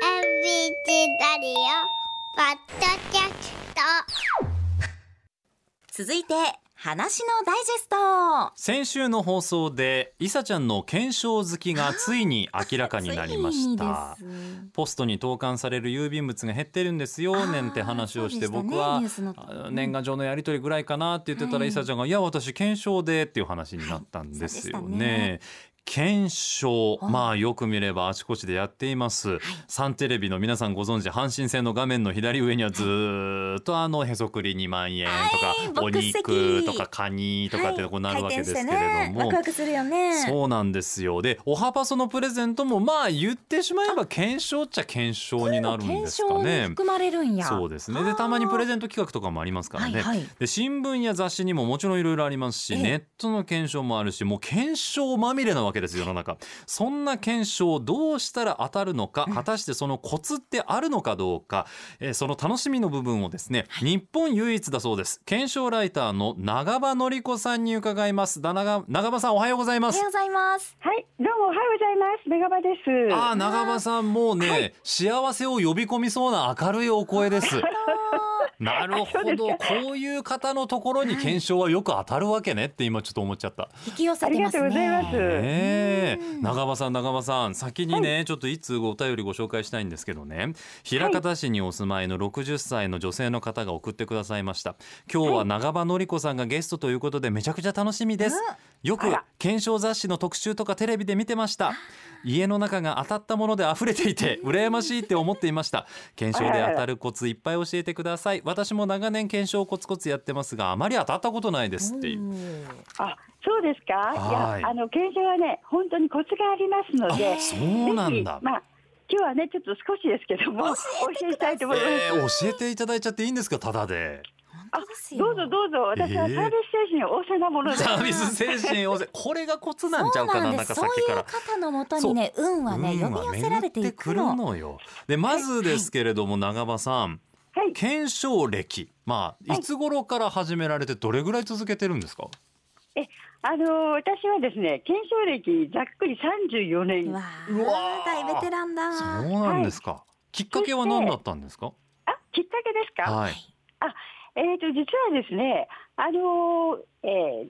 チラリオポッドキャスト続いて話のダイジェスト先週の放送でイサちゃんの検証好きがついに明らかになりました ついにですポストに投函される郵便物が減ってるんですあよーねんって話をしてそうでしたね僕はニュースのあ年賀状のやり取りぐらいかなって言ってたはらいイサちゃんが「いや私検証で」っていう話になったんですよはいそうでしたねね。検証はいまあよく見ればあちこちでやっています、サンテレビの皆さんご存知阪神戦の画面の左上にはずーっとあのへそくり2万円とか、はいおボックス席肉とかカニとかってこうなるわけですけれども、はい体験してね、ワクワクするよねそうなんですよでおはパソのプレゼントもまあ言ってしまえば検証っちゃ検証になるんですか検証にね。含まれるんやそうですねでたまにプレゼント企画とかもありますからね。はいはいで新聞や雑誌にももちろんいろいろありますし、ええネットの検証もあるしもう検証まみれなわけです世の中そんな検証をどうしたら当たるのか、果たしてそのコツってあるのかどうか、えーその楽しみの部分をですね、日本唯一だそうです検証ライターの長場典子さんに伺いますだ長長場さんおはようございおまはすようございますはい、どうもおはようございます。メガバです。あー長場さんもうね、幸せを呼び込みそうな明るいお声です なるほど、こういう方のところに検証はよく当たるわけねって今ちょっと思っちゃった。引き寄せあてりまがとすうございまねす。ねえ長場さん長場さん先にね、ちょっといつお便りご紹介したいんですけどね枚方市にお住まいの60歳の女性の方が送ってくださいました今日は長場典子さんがゲストということでめちゃくちゃ楽しみです、よくあら検証雑誌の特集とかテレビで見てました家の中が当たったもので溢れてい て羨ましいって思っていました検証で当たるコツいっぱい教えてください私も長年検証コツコツやってますがあまり当たったことないですっていうあ、そうですか。はいいや、あの検証はね、本当にコツがありますのであ、そうなんだぜひまあ今日はね、ちょっと少しですけども、お教えしたいと思います。えー教えていただいちゃっていいんですかただで本当ですよどうぞどうぞ、私はサービス精神旺盛なもので、 サービス精神旺盛これがコツなんちゃうかななんかさそうっなんですきそうかいうら。方のもとにね運はね運呼はび寄せられていくの巡ってくるのよでまずですけれども長場さんはい、検証歴まあいつ頃から始められてどれぐらい続けてるんですかあの私はですね、検証歴ざっくり34う年。わうわー大ベテランだそうなんですかきっかけは何だったんですかあ、きっかけですか。はいえー、と実はですね、あのーえー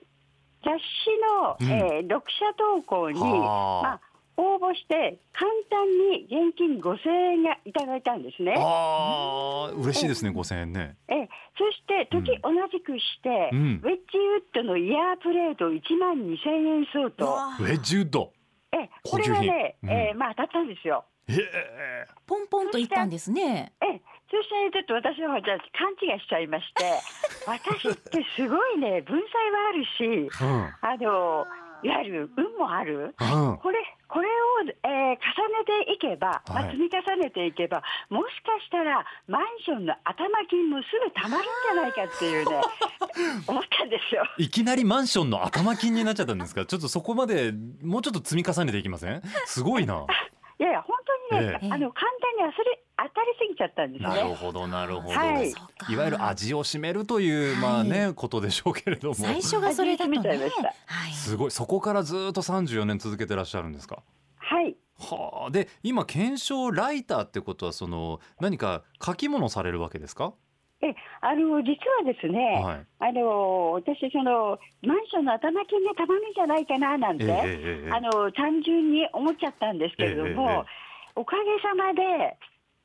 雑誌の、えー読者投稿に、はあまあ、応募して簡単に現金5000円がいただいたんですね。あー嬉しいですね5000円ねえーそして時同じくして、うんウェッジウッドのイヤープレート1万2000円相う当。わウェッジウッドえーこれはね、高級品えーまあ、当たったんですよ。へえポンポンといったんですねえーそしてちょっと私の方じゃあ勘違いしちゃいまして、私ってすごいね、文才はあるし、うんあのいわゆる運もある、うんこれこれを、えー重ねていけば、まあはい積み重ねていけば、もしかしたらマンションの頭金もすぐたまるんじゃないかっていう ね、思ったんですよ。いきなりマンションの頭金になっちゃったんですかちょっとそこまでもうちょっと積み重ねていきませんすごいな。いやいや、本当にね、ええあの簡単にあそれ当たりすぎちゃったんで すなるね。ほどなるほど、はいそうかいわゆる味を占めるという、はいまあねことでしょうけれども最初がそれだとね初めて見ちゃいましはいすごいそこからずっと34年続けてらっしゃるんですかはい、はあで今検証ライターってことはその何か書き物されるわけですか、あの実はですね、はいあの私その、マンションの頭金がたまるんじゃないかななんて、ええええええあの単純に思っちゃったんですけれども、ええええおかげさまで、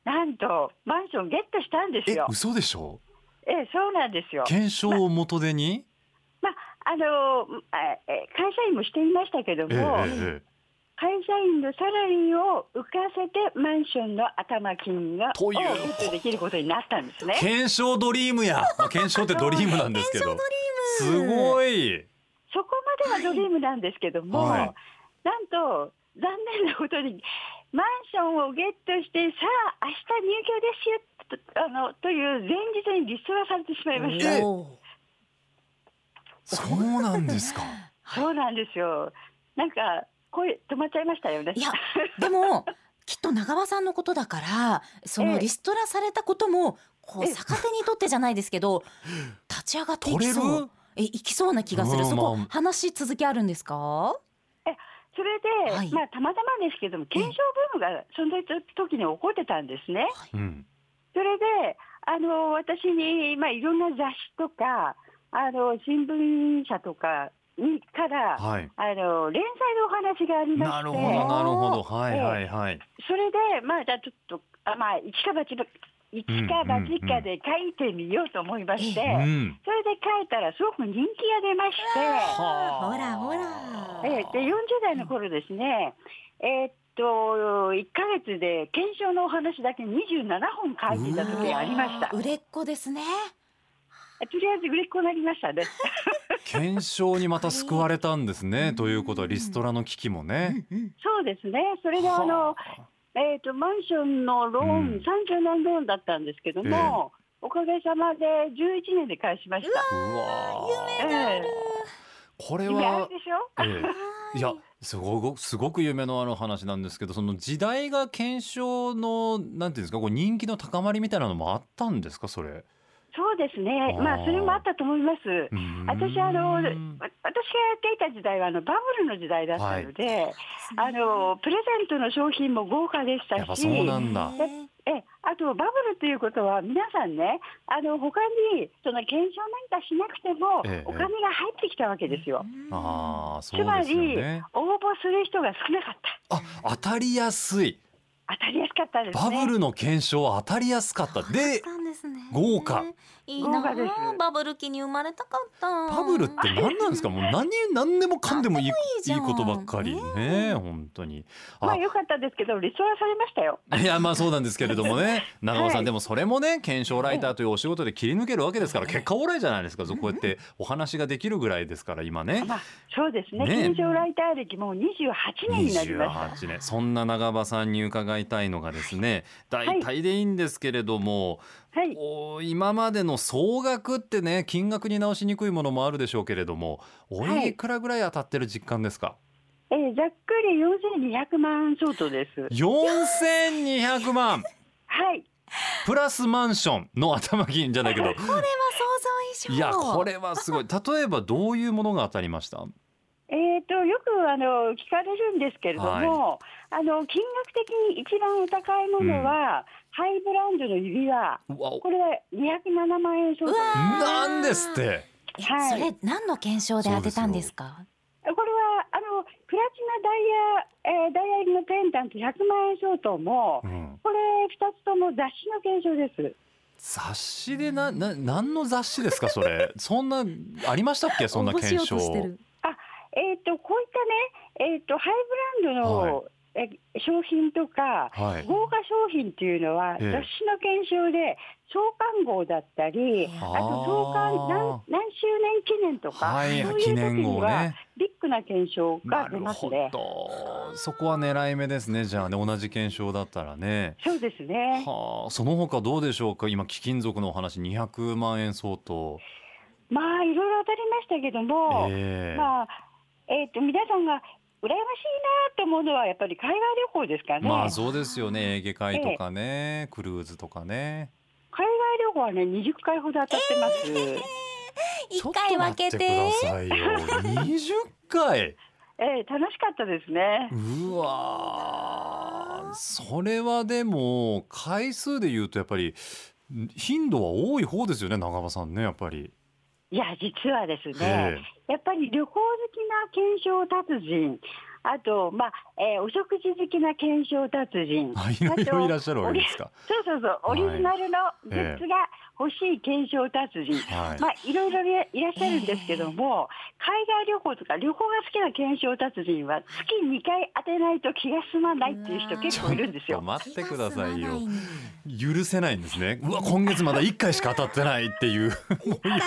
なんとマンションゲットしたんですえよ。嘘でしょええ、そうなんですよ。検証を元手に、まああのあえ会社員もしていましたけども、ええええええ会社員のサラリーを浮かせてマンションの頭金がというをゲットできることになったんですね。検証ドリー ムや、まあ、検証ってドリームなんですけど検証ドリームすごいそこまではドリームなんですけども、はいなんと残念なことにマンションをゲットしてさあ明日入居ですよとあのという前日にリストラされてしまいましえた。おそうなんですか。そうなんですよ。なんか声止まっちゃいましたよねー。いやでもきっと長場さんのことだからそえのえリストラされたこともこうええ逆手にとってじゃないですけど立ち上がっていきそうえいきそうな気がすうるんそこまあ話し続きあるんですかえそれで、はいまあ、たまたまですけども、検証ブームがその時に起こってたんですね。うんそれで、あの私に、まあ、いろんな雑誌とか、あの新聞社とかにから、はいあの連載のお話がありまして、なるほどなるほどはいはいはいそれで、まあ、じゃあちょっと、あまあ、一か八か、一か八かで書いてみようと思いまして、うんそれで書いたら、すごく人気が出まして。はあほらほら。ええで40代の頃ですね、えーっと1か月で検証のお話だけ27本書いていた時がありました。うわー売れっ子ですね。とりあえず売れっ子になりましたね。検証にまた救われたんですね。ということはリストラの危機もね。そうですね。それであの、えーっとマンションのローン、うん30年ローンだったんですけども、おかげさまで11年で返しました。うわーええこれ夢あるはで、しょ。ええいやすごくすごく夢のある話なんですけどその時代が検証のなんていうんですかこう人気の高まりみたいなのもあったんですかそれ。そうですねあ。ーまあそれもあったと思います。うん私あのわ私がやっていた時代はあのバブルの時代だったので、あのプレゼントの商品も豪華でしたし、やっぱそうなんだ。えええあとバブルということは皆さんね、あの他にその検証なんかしなくてもええお金が入ってきたわけですよ。ああそうつまですより、ね。応募する人が少なかった。あ当たりやすい当たりやすかったですバね。ブルの検証は当たりやすかったそうでなんですね豪華。いいな豪華ですあバブル期に生まれたかった。バブルって何なんですかもう何何でもかんでもいいいいじゃんことばっかりね本当に。あまあ良かったですけど、リストラされましたよ。いやまあそうなんですけれども ね長尾さん、はいでもそれもね検証ライターというお仕事で切り抜けるわけですから結果オーライじゃないですかこうやってお話ができるぐらいですから今ねまあそうですね。ねえ検証ライター歴もう28年になりました。 28年そんな長場さんに伺いたいのがですね大体でいいんですけれども、はい。お今までの総額ってね金額に直しにくいものもあるでしょうけれどもおはいいくらぐらい当たってる実感ですか、えーざっくり4200万相当です。 4200万 はい。プラスマンションの頭金じゃないけ ど想像以上。いやこ。れはすごい例えばどういうものが当たりましたえー、とよくあの聞かれるんですけれども、はあの金額的に一番お高いものは、ハイブランドの指輪うわこれは207万円相う当わなんですってえはいそれ何の検証で当てたんですか。これはあのプラチナダイヤ、えーダイヤ入りのペンダント100万円相当も、うんこれ2つとも雑誌の検証です雑誌でなな何の雑誌ですかそれ そんなありましたっけそんな検証応募しようとしてる。えー、とこういったね、えー、とハイブランドの、え商品とかはい豪華商品っていうのはええ雑誌の検証で創刊号だったり、ああと創刊何何周年記念とか、はいそうい記う時念に号はねビッグな検証なが出るますほね。どそこは狙い目ですねじゃあね同じ検証だったらねそうですね。はあその他どうでしょうか今貴金属のお話200万円相当まあいろいろ当たりましたけども、ええまあえっ、と皆さんが羨ましいなと思うのはやっぱり海外旅行ですかね。まあそうですよねエーゲ海とかねクルーズとかね海外旅行はね20回ほど当たってます。一回分けて。ちょっと待ってくださいよ。二十回。ええ楽しかったですね。うわー。それはでも回数で言うとやっぱり頻度は多い方ですよね長場さんねやっぱり。いや実はですね、やっぱり旅行好きな検証達人、あとまあ、えーお食事好きな検証達人。あいろいろいらっしゃるわけですか。そうそうそう、オはいリジナルのグッズが欲しい検証達人、はいまあ、いろいろいらっしゃるんですけども、海外旅行とか、旅行が好きな検証達人は、月2回当てないと気が済まないっていう人、結構いるんですよ。待ってください気が済まなよ。に許せないんですね。うわ今月まだ一回しか当たってないっていう。一回当たれば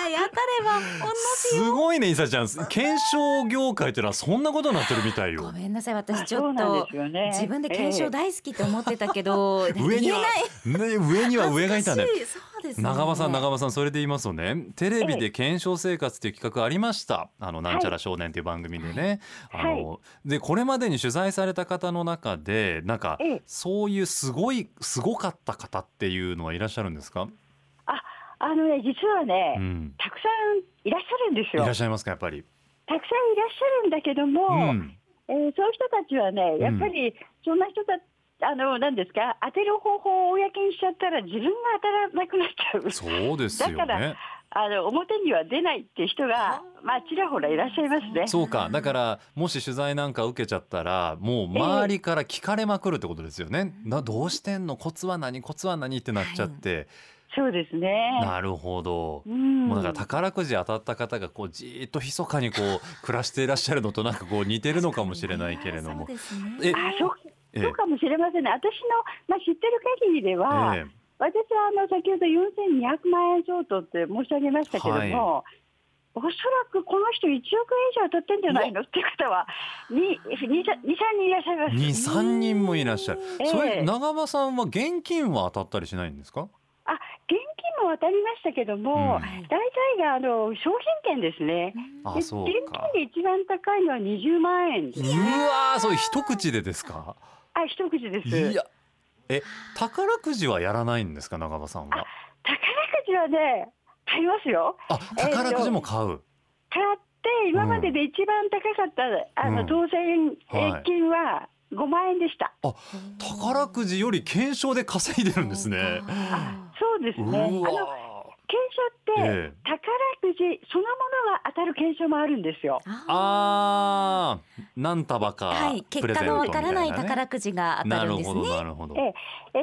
同すごいねイサちゃん。検証業界ってのはそんなことになってるみたいじ。ごよ。めんなさい私ちそょうっなんとですよね自分で検証え大好きと思ってたけど上にはね上には上がいたんだよ。恥ずかしそうですね長場さん長場さんそれで言いますとねテレビで検証生活という企画ありました「あのなんちゃら少年」という番組でね、はいあのでこれまでに取材された方の中でなんかええそういうすごいすごかった方っていうのはいらっしゃるんですか、あのね、実はね、うん、たくさんいらっしゃるんですいよ。らったくしゃいますかやっぱり。さんいらっしゃるんだけどうも、ん、えーそういう人たちはね、やっぱりそんな人たち、あの、なんですか、当てる方法を公にしちゃったら自分が当たらなくなっちゃう。そうですよだからね。あの表には出ないっていう人が、まあ、ちらほらいらっしゃいますね。そうかだからもし取材なんか受けちゃったらもう周りから聞かれまくるってことですよね。などうしてんのコツは何コツは何ってなっちゃって、そうですね。なるほど。うんもうだから宝くじ当たった方がこうじーっと密かにこう 暮らしていらっしゃるのとなんかこう似てるのかもしれないけれどもそう。ですねえあそうえそうかもしれませんね、私の、まあ、知ってる限りでは、ええ私はあの先ほど4200万円相当って申し上げましたけども、おそらくこの人、1億円以上当たってんじゃないのっていう方は、2、2 3人いらっしゃいます。二三人もいらっしゃる。ええそれ長間さんは現金は当たったりしないんですか？あ現金も当たりましたけどうも、ん大体があの商品券ですね。あでそう現か。金で一番高いのは20万円ですうわー、そう一口でですか？あ、一口です。いや、え宝くじはやらないんですか長場さんは？宝くじはね、買いますよ。あ宝くじも買う。買って、今までで一番高かった、あうのん当選はい金は5万円でした。宝くじより懸賞で稼いでるんですね。そうですうね。あのわ検証って、ええ宝くじそのものが当たる検証もあるんですよ。ー。あー何束かはい、プ結レゼ果ントのわみたかいな、らね、ない宝くじが当たるんですね。なるほどなるほど。えー、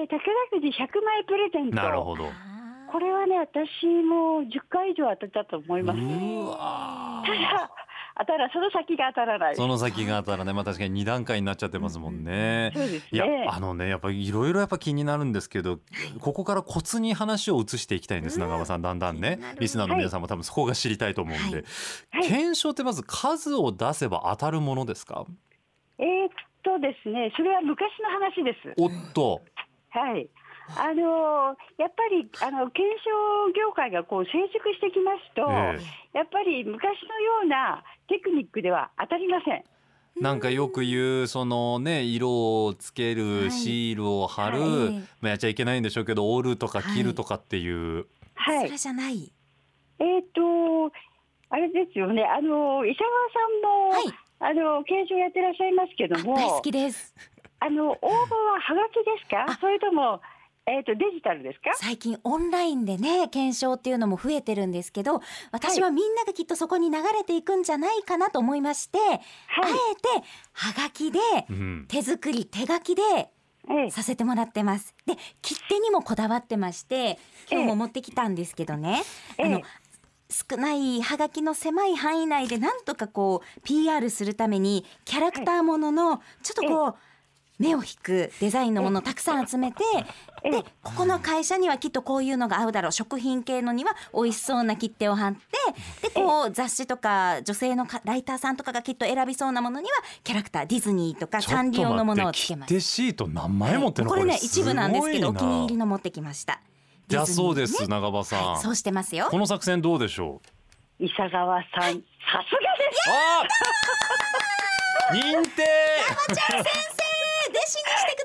宝くじ100枚プレゼント。なるほど。あーこれはね、私も10回以上当てたと思います。うわただ、当たらその先が当たらない。ー。その先が当たらね、まあ確かに二段階になっちゃってますもんね。そうですね。いや、あのね、やっぱりいろいろやっぱ気になるんですけど、ここからコツに話を移していきたいんです、長場さん、だんだんなねるほ。どリスナーの皆さんも多分そこが知りたいと思うんで。はい検証ってまず数を出せば当たるものですかえーっとですね、それは昔の話です。おっと。はい。あのーやっぱりあの検証業界がこう成熟してきますと、えやっぱり昔のようなテクニックでは当たりません。えなんかよく言うそのね色をつけはるいシールを貼る、はいまあ、やっちゃいけないんでしょうけど折るとかはい切るとかっていう、はそいれ。じゃない。えーっとあれですよね。あのー石は川さんも、い、あのー検証やってらっしゃいますけどあも、大好きです。あの応募ははがきですあか？それともえーっとデジタルですか？最近オンラインでね検証っていうのも増えてるんですけど、私はみんながきっとそこに流れていくんじゃないかなと思いまして、あはえい。てはがきでうん、手作り手書きでええさせてもらってます。で切手にもこだわってまして今日も持ってきたんですけどね、ええあの少ないはがきの狭い範囲内でなんとかこう PR するためにキャラクターもののちょっとこう目を引くデザインのものをたくさん集めてえでここの会社にはきっとこういうのが合うだろう食品系のには美味しそうな切手を貼ってでこう雑誌とか女性のかライターさんとかがきっと選びそうなものにはキャラクターディズニーとかちょっサンリオのもと待のっをてつけ切ました手シート何枚持ってんの、これね一すご部いなんですけどおな気に入りの持ってきましたじゃあそうディでズニす、長場ーねさはいそんうしてますよこの作戦どうでしょう伊佐川さん、さすがです。あー認定え弟子にして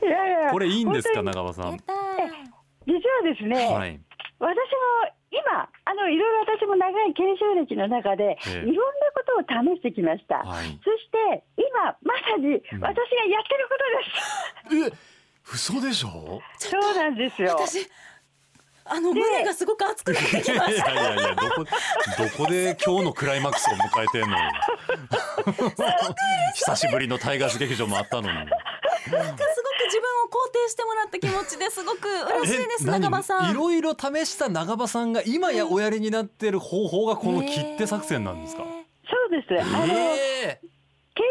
くださいやいやこれいいんですか本長場さいやっんた当に実はですね、はい私も今あのいろいろ私も長い研修歴の中で、ええいろんなことを試してきました、はいそして今まさに私んがやってるえ嘘でしょ ことです、そうなんですよ私あの胸がすごく熱くなってきまいしやいやいやどこどこで今日のクライマックスを迎えてんのよ 久しぶりのタイガース劇場もあったのにたすごく自分を肯定してもらった気持ちですごく嬉しいですえ何中間さんいろいろ試した長場さんが今やおやりになってる方法がこの切手作戦なんですか、えそうです、あのええ研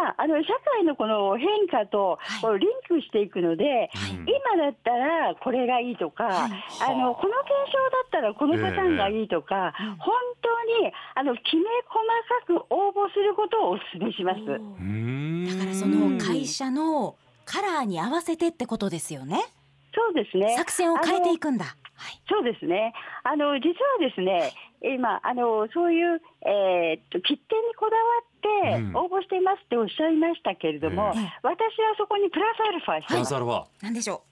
修はあの社会のこの変化とはいこうリンクしていくので、うん今だったらこれがいいとか、あのこの検証だったらこのパターンがいいとか、本当にあのきめ細かく応募することをお勧めします。ーうーんだからそうのん会社のカラーに合わせてってことですよねそうですね。作戦を変えていくんだはいそうですね。あの実はですね、今あのそういうえーっと切手にこだわってうん応募していますっておっしゃいましたけれども、え私はそこにプラスアルファしてダンます。サルは何でしょ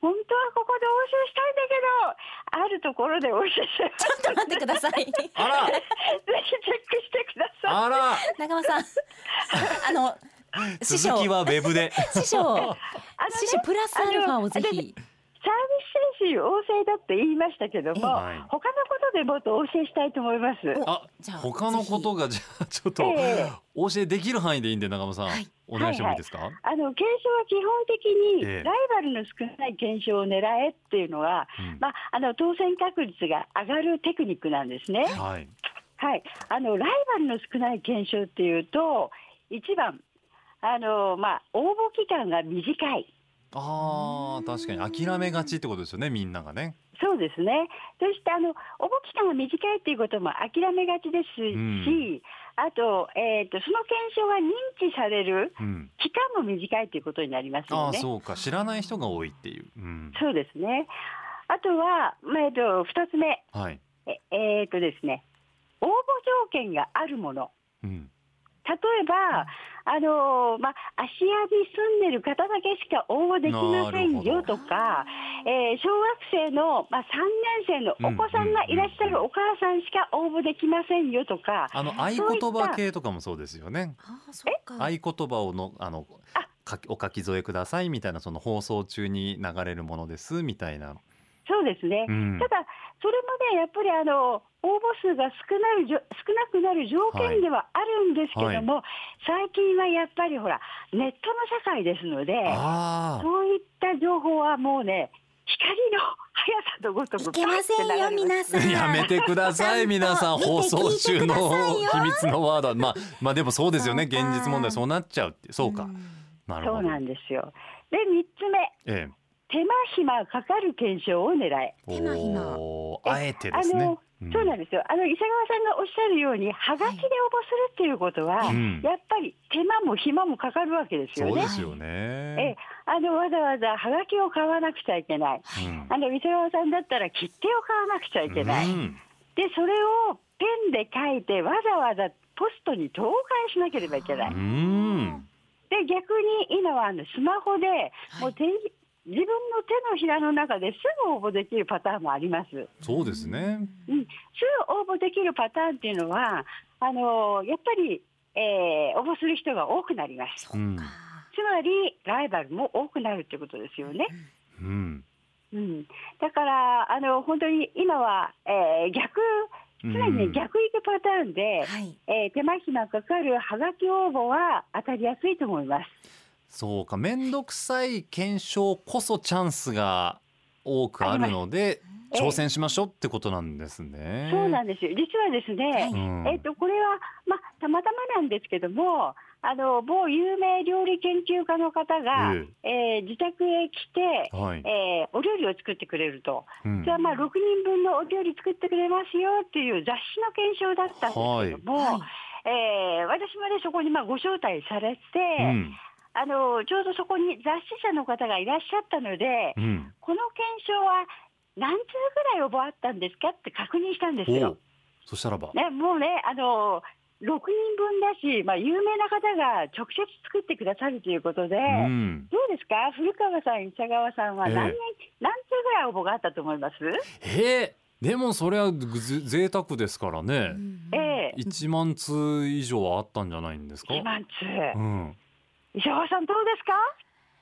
本当はここで押収したいんだけど、あるところで押収しちゃう。 ちょっと待ってください。あらぜひチェックしてください。あら長間さん、あの 師匠続きはウェブで師匠あのね師匠プラスアルファをぜあのひ。サービス精神旺盛だって言いましたけども、はい他のことでもっとお教えしたいと思います。おあじゃあ他のことがじゃあちょっとええお教えできる範囲でいいんで長間さん、はいお願いしてもいいですか、あの検証は基本的にええライバルの少ない検証を狙えっていうのは、うんまあ、あの当選確率が上がるテクニックなんですね。はいはい、あのライバルの少ない検証っていうと、1番、あのまあ、応募期間が短い、あー確かに諦めがちってことですよねみんながね、そうですね、そしてあの応募期間が短いっていうことも諦めがちですし、うんあと,、えー、と、その検証は認知されるうん、期間も短いっていうことになりますあよあね。そうか知らない人が多いっていう、うん、そうですね。あとは、まあ、えっと、二つ目、はい、え、えーっとですね。応募条件があるもの。うん、例えば、あのーまあ、芦屋に住んでる方だけしか応募できませんなるほよどとか、えー小学生の、まあ、3年生のお子さんがいらっしゃるお母さんしか応募できませんよとか、あの合言葉系とかもそうですよねあーそうか。合言葉をのあのあかお書き添えくださいみたいなその放送中に流れるものですみたいな、そうですね。うんた、だ、それもね、やっぱりあの応募数が少なるじょ少なくなる条件ではあるんですけども、最近はやっぱりほら、ネットの社会ですので、あそういった情報はもうね、光の速さとごとくいけませんよパッて流れます皆さあん。やめてくださちゃんいと皆さん見て放送中の聞いてくださいよ秘密のワードはまあまあでもそうですよねそうか現実問題そうなっちゃうってそうか、なるそほうどなんですよ。で、3つ目、ええ手間暇かかる検証を狙え。手間暇おえーあえてですねあのうんそうなんですよ。あの、伊佐川さんがおっしゃるように、はがきで応募するっていうことは、うんやっぱり手間も暇もかかるわけですよそうねで。すよええね、あのわざわざはがきを買わなくちゃいけない、うんあの伊勢川さんだったら切手を買わなくちゃいけない、うんでそれをペンで書いて、わざわざポストに投函しなければいけない、うでん逆に今はあのスマホで、もう手に自分の手のひらの中ですぐ応募できるパターンもあります。そうですねうん、すぐ応募できるパターンっていうのは、あのやっぱり、えー応募する人が多くなります。つうんまり、ライバルも多くなるってことですよね。うんうん、だからあの本当に今は、えー逆うつまりね、ん逆行くパターンで、はい。えー手間暇かかるはがき応募は当たりやすいと思います。そうか面倒くさい検証こそチャンスが多くあるのでええ挑戦しましょうってことなんですね。そうなんですよ。実はですね、うんえっ、とこれはまあたまたまなんですけども、あの某有名料理研究家の方が、ええー自宅へ来て。はい。えーお料理を作ってくれると、うんじゃあまあ6人分のお料理作ってくれますよっていう雑誌の検証だったんですけども、はいえー私もね、そこにまあご招待されて、うんあの、ちょうどそこに雑誌社の方がいらっしゃったので、うん。この検証は何通ぐらい応募あったんですかって確認したんですおよう。そしたらば。ね、もうね、あの、6人分だし、まあ、有名な方が直接作ってくださるということで、うん。どうですか古川さん、伊佐川さんはええ何人、何通ぐらい応募があったと思います、えーでもそれはぐず贅沢ですからね。ええ一万通以上はあったんじゃないんですか。 1万通。うん。伊佐川さんどうで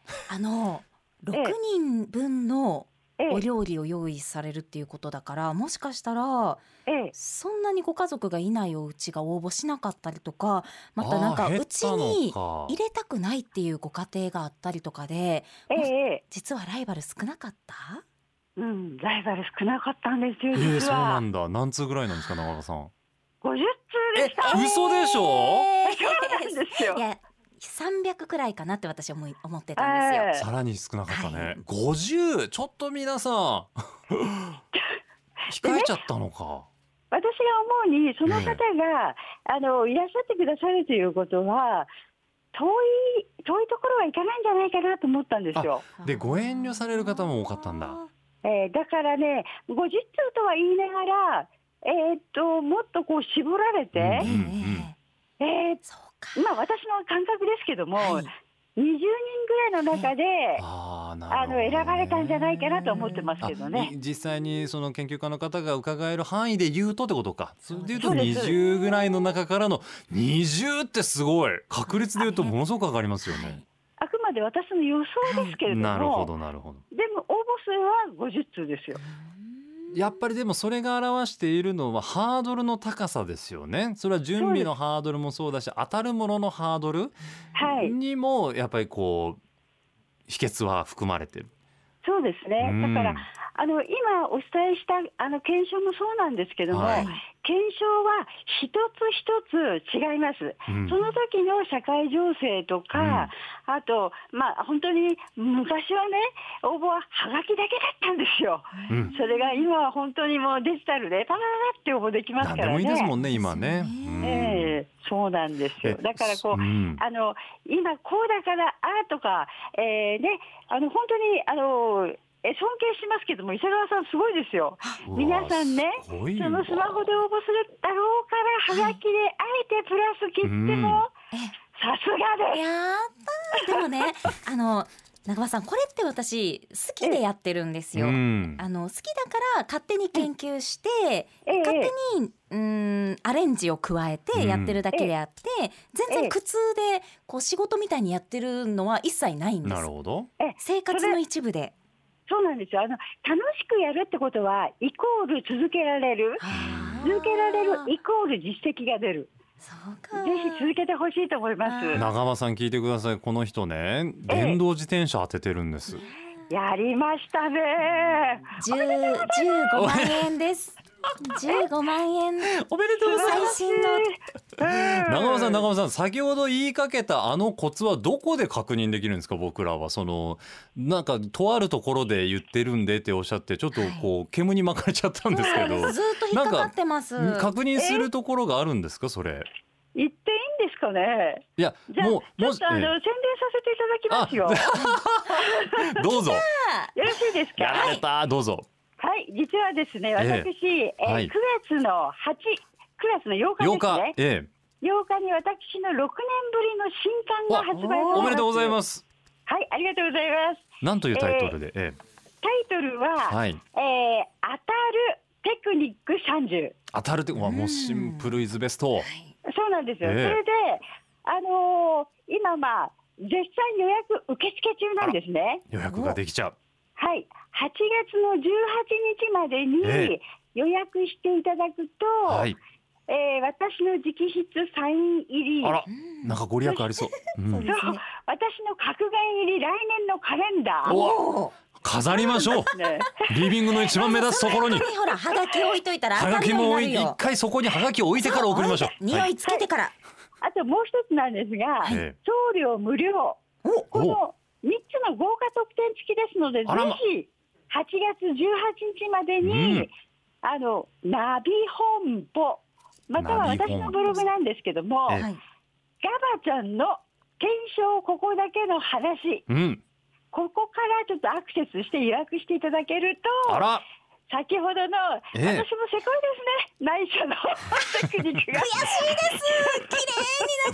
すかあのええ六人分のえお料理を用意されるっていうことだから、もしかしたらえ、ええ。そんなにご家族がいないお家が応募しなかったりとか、またなんあかー減うっちたのにか入れたくないっていうご家庭があったりとかで、ええええ実はライバル少なかった？うん、ライバル少なかったんですよ、えー、実そうなは。んだ。何通ぐらいなんですか、長田さん。 50通でえした。、嘘でしょ。そうなんですよい。や300くらいかなって私思い思ってたんですよ。ええさらに少なかったはねい。五十、ちょっと皆 さん。控えちゃったのか。私が思うに、その方が、あのいらっしゃってくださるということは、遠い遠いところは行かないんじゃないかなと思ったんですよ。でご遠慮される方も多かったんだえーだからね、50通とは言いながら、えーっともっとこう絞られて、ええうんうんえそうか。ーまあ、私の感覚ですけども、はい20人ぐらいの中で、あーなあるほのどね選ばれたんじゃないかなと思ってますけどあね。い実際にその研究家の方が伺える範囲で言うとってことか。それで言うとそうです20ぐらいの中からの20ってすごい確率で言うとものすごく上がりますよね。あくまで私の予想ですけれども、なるほどなるほど。でも応募数は50通ですよ。やっぱりでもそれが表しているのはハードルの高さですよね。それは準備のハードルもそうだし当たるもののハードルはい、にもやっぱりこう秘訣は含まれてる。そうですね。うんだからあの今お伝えしたあの検証もそうなんですけども、はい検証は一つ一つ違います。うんその時の社会情勢とか、あと、まあ、本当に昔はね、応募ははがきだけだったんですよ。うんそれが今は本当にもうデジタルでパラパラって応募できます何かでらね。もいいですもんね今ね。うんええそうなんですよ。だからこう、んあの今こうだからあーとか、えーね、あの本当にあのえ尊敬しますけども伊勢川さんすごいですよ。皆さんねうわすごいわそのスマホで応募するだろうからはがきであえてプラス切ってうんもえさすがです。やったーでも ねあの中場さんこれって私好きでやってるんですよ。うんあの好きだから勝手に研究して、ええ勝手にうんアレンジを加えてやってるだけであって、全然苦痛でこう仕事みたいにやってるのは一切ないんでなする。ほど。え生活の一部で。そうなんですよ。あの楽しくやるってことはイコール続けられる。あー続けられるイコール実績が出る。そうぜか。ひ続けてほしいと思います。うん長間さん聞いてくださいこの人ね電動自転車当ててるんです、やりましたね。十十五万円です。十五万円。おめでとうござい最ます新の。長間さん長長間さん先ほど言いかけたあのコツはどこで確認できるんですか僕らはそのなんかとあるところで言ってるんでっておっしゃってちょっとこう煙に巻かれちゃったんですけど、ずっと引っかかってます。確認するところがあるんですかそれ言っていいんですかね。いやじゃあ、もうちょもっとあの、え宣伝させていただきますよ。えどうぞよろしいですか。やらはれい、た、どうぞ実はですね、え私、えーはい9月の8、9月の8 8日です日ね。ええ8日に私の6年ぶりの新刊が発売されます。。おめでとうございますすはい、ありがとうございます。なんというタイトルで、ええタイトルは、はいえー当たるテクニック30。当たるってうわもうシンプルイズベスト、そうなんですよ。ええそれで、あのー今まあ、絶賛予約受付中なんですね。予約ができちゃうはい、8月の18日までえに予約していただくと、はいえー私の直筆サイン入り、あらうんなんかご利益ありそう、うんそうでそう私の格言入り来年のカレンダー。おわ飾りましょうね、リビングの一番目立つところ に本当にほら、はがき置いといたら。はがきも置い一当た回そこにはがきを置いてから送りましょうり前になるよ匂はいつけてから。あともう一つなんですが、ええ送料無料、おこおの3つの豪華特典付きですので、ぜあらまひ8月18日までうに、んあのナビ本舗、またはナビ私本舗のブログなんですけども。ええはい。ガバちゃんの検証ここだけの話、うんここからちょっとアクセスして予約していただけると、あら先ほどの、ええ私もせこいですね、内緒のテクニックが。綺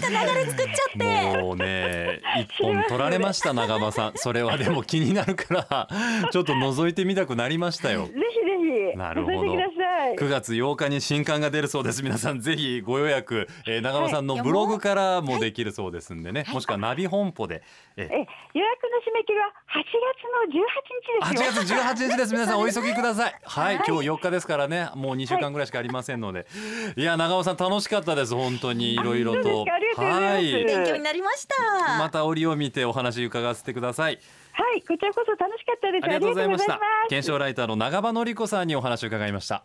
麗になんか流れ作っちゃって。もうね一本取られました長場さんそれはでも気になるからちょっと覗いてみたくなりましたよぜひぜひ、なるほど覗いてください。 9月8日に新刊が出るそうです皆さんぜひご予約、えー、長間さんのブログからもできるそうですんでね、もしくはナビ本舗で、ええ予約の締め切りは8 8月の18日ですよ。月18日です皆さんお急ぎくださいはい、今日4日ですからねもう2週間ぐらいしかありませんので、い、や長尾さん楽しかったです本当にいろいろそうとですかありがとうございますはい勉強になりました。また折を見てお話伺わせてくださいはい、こちらこそ楽しかったです。ありがとうございましあたりがとうございます検証ライターの長場のり子さんにお話を伺いました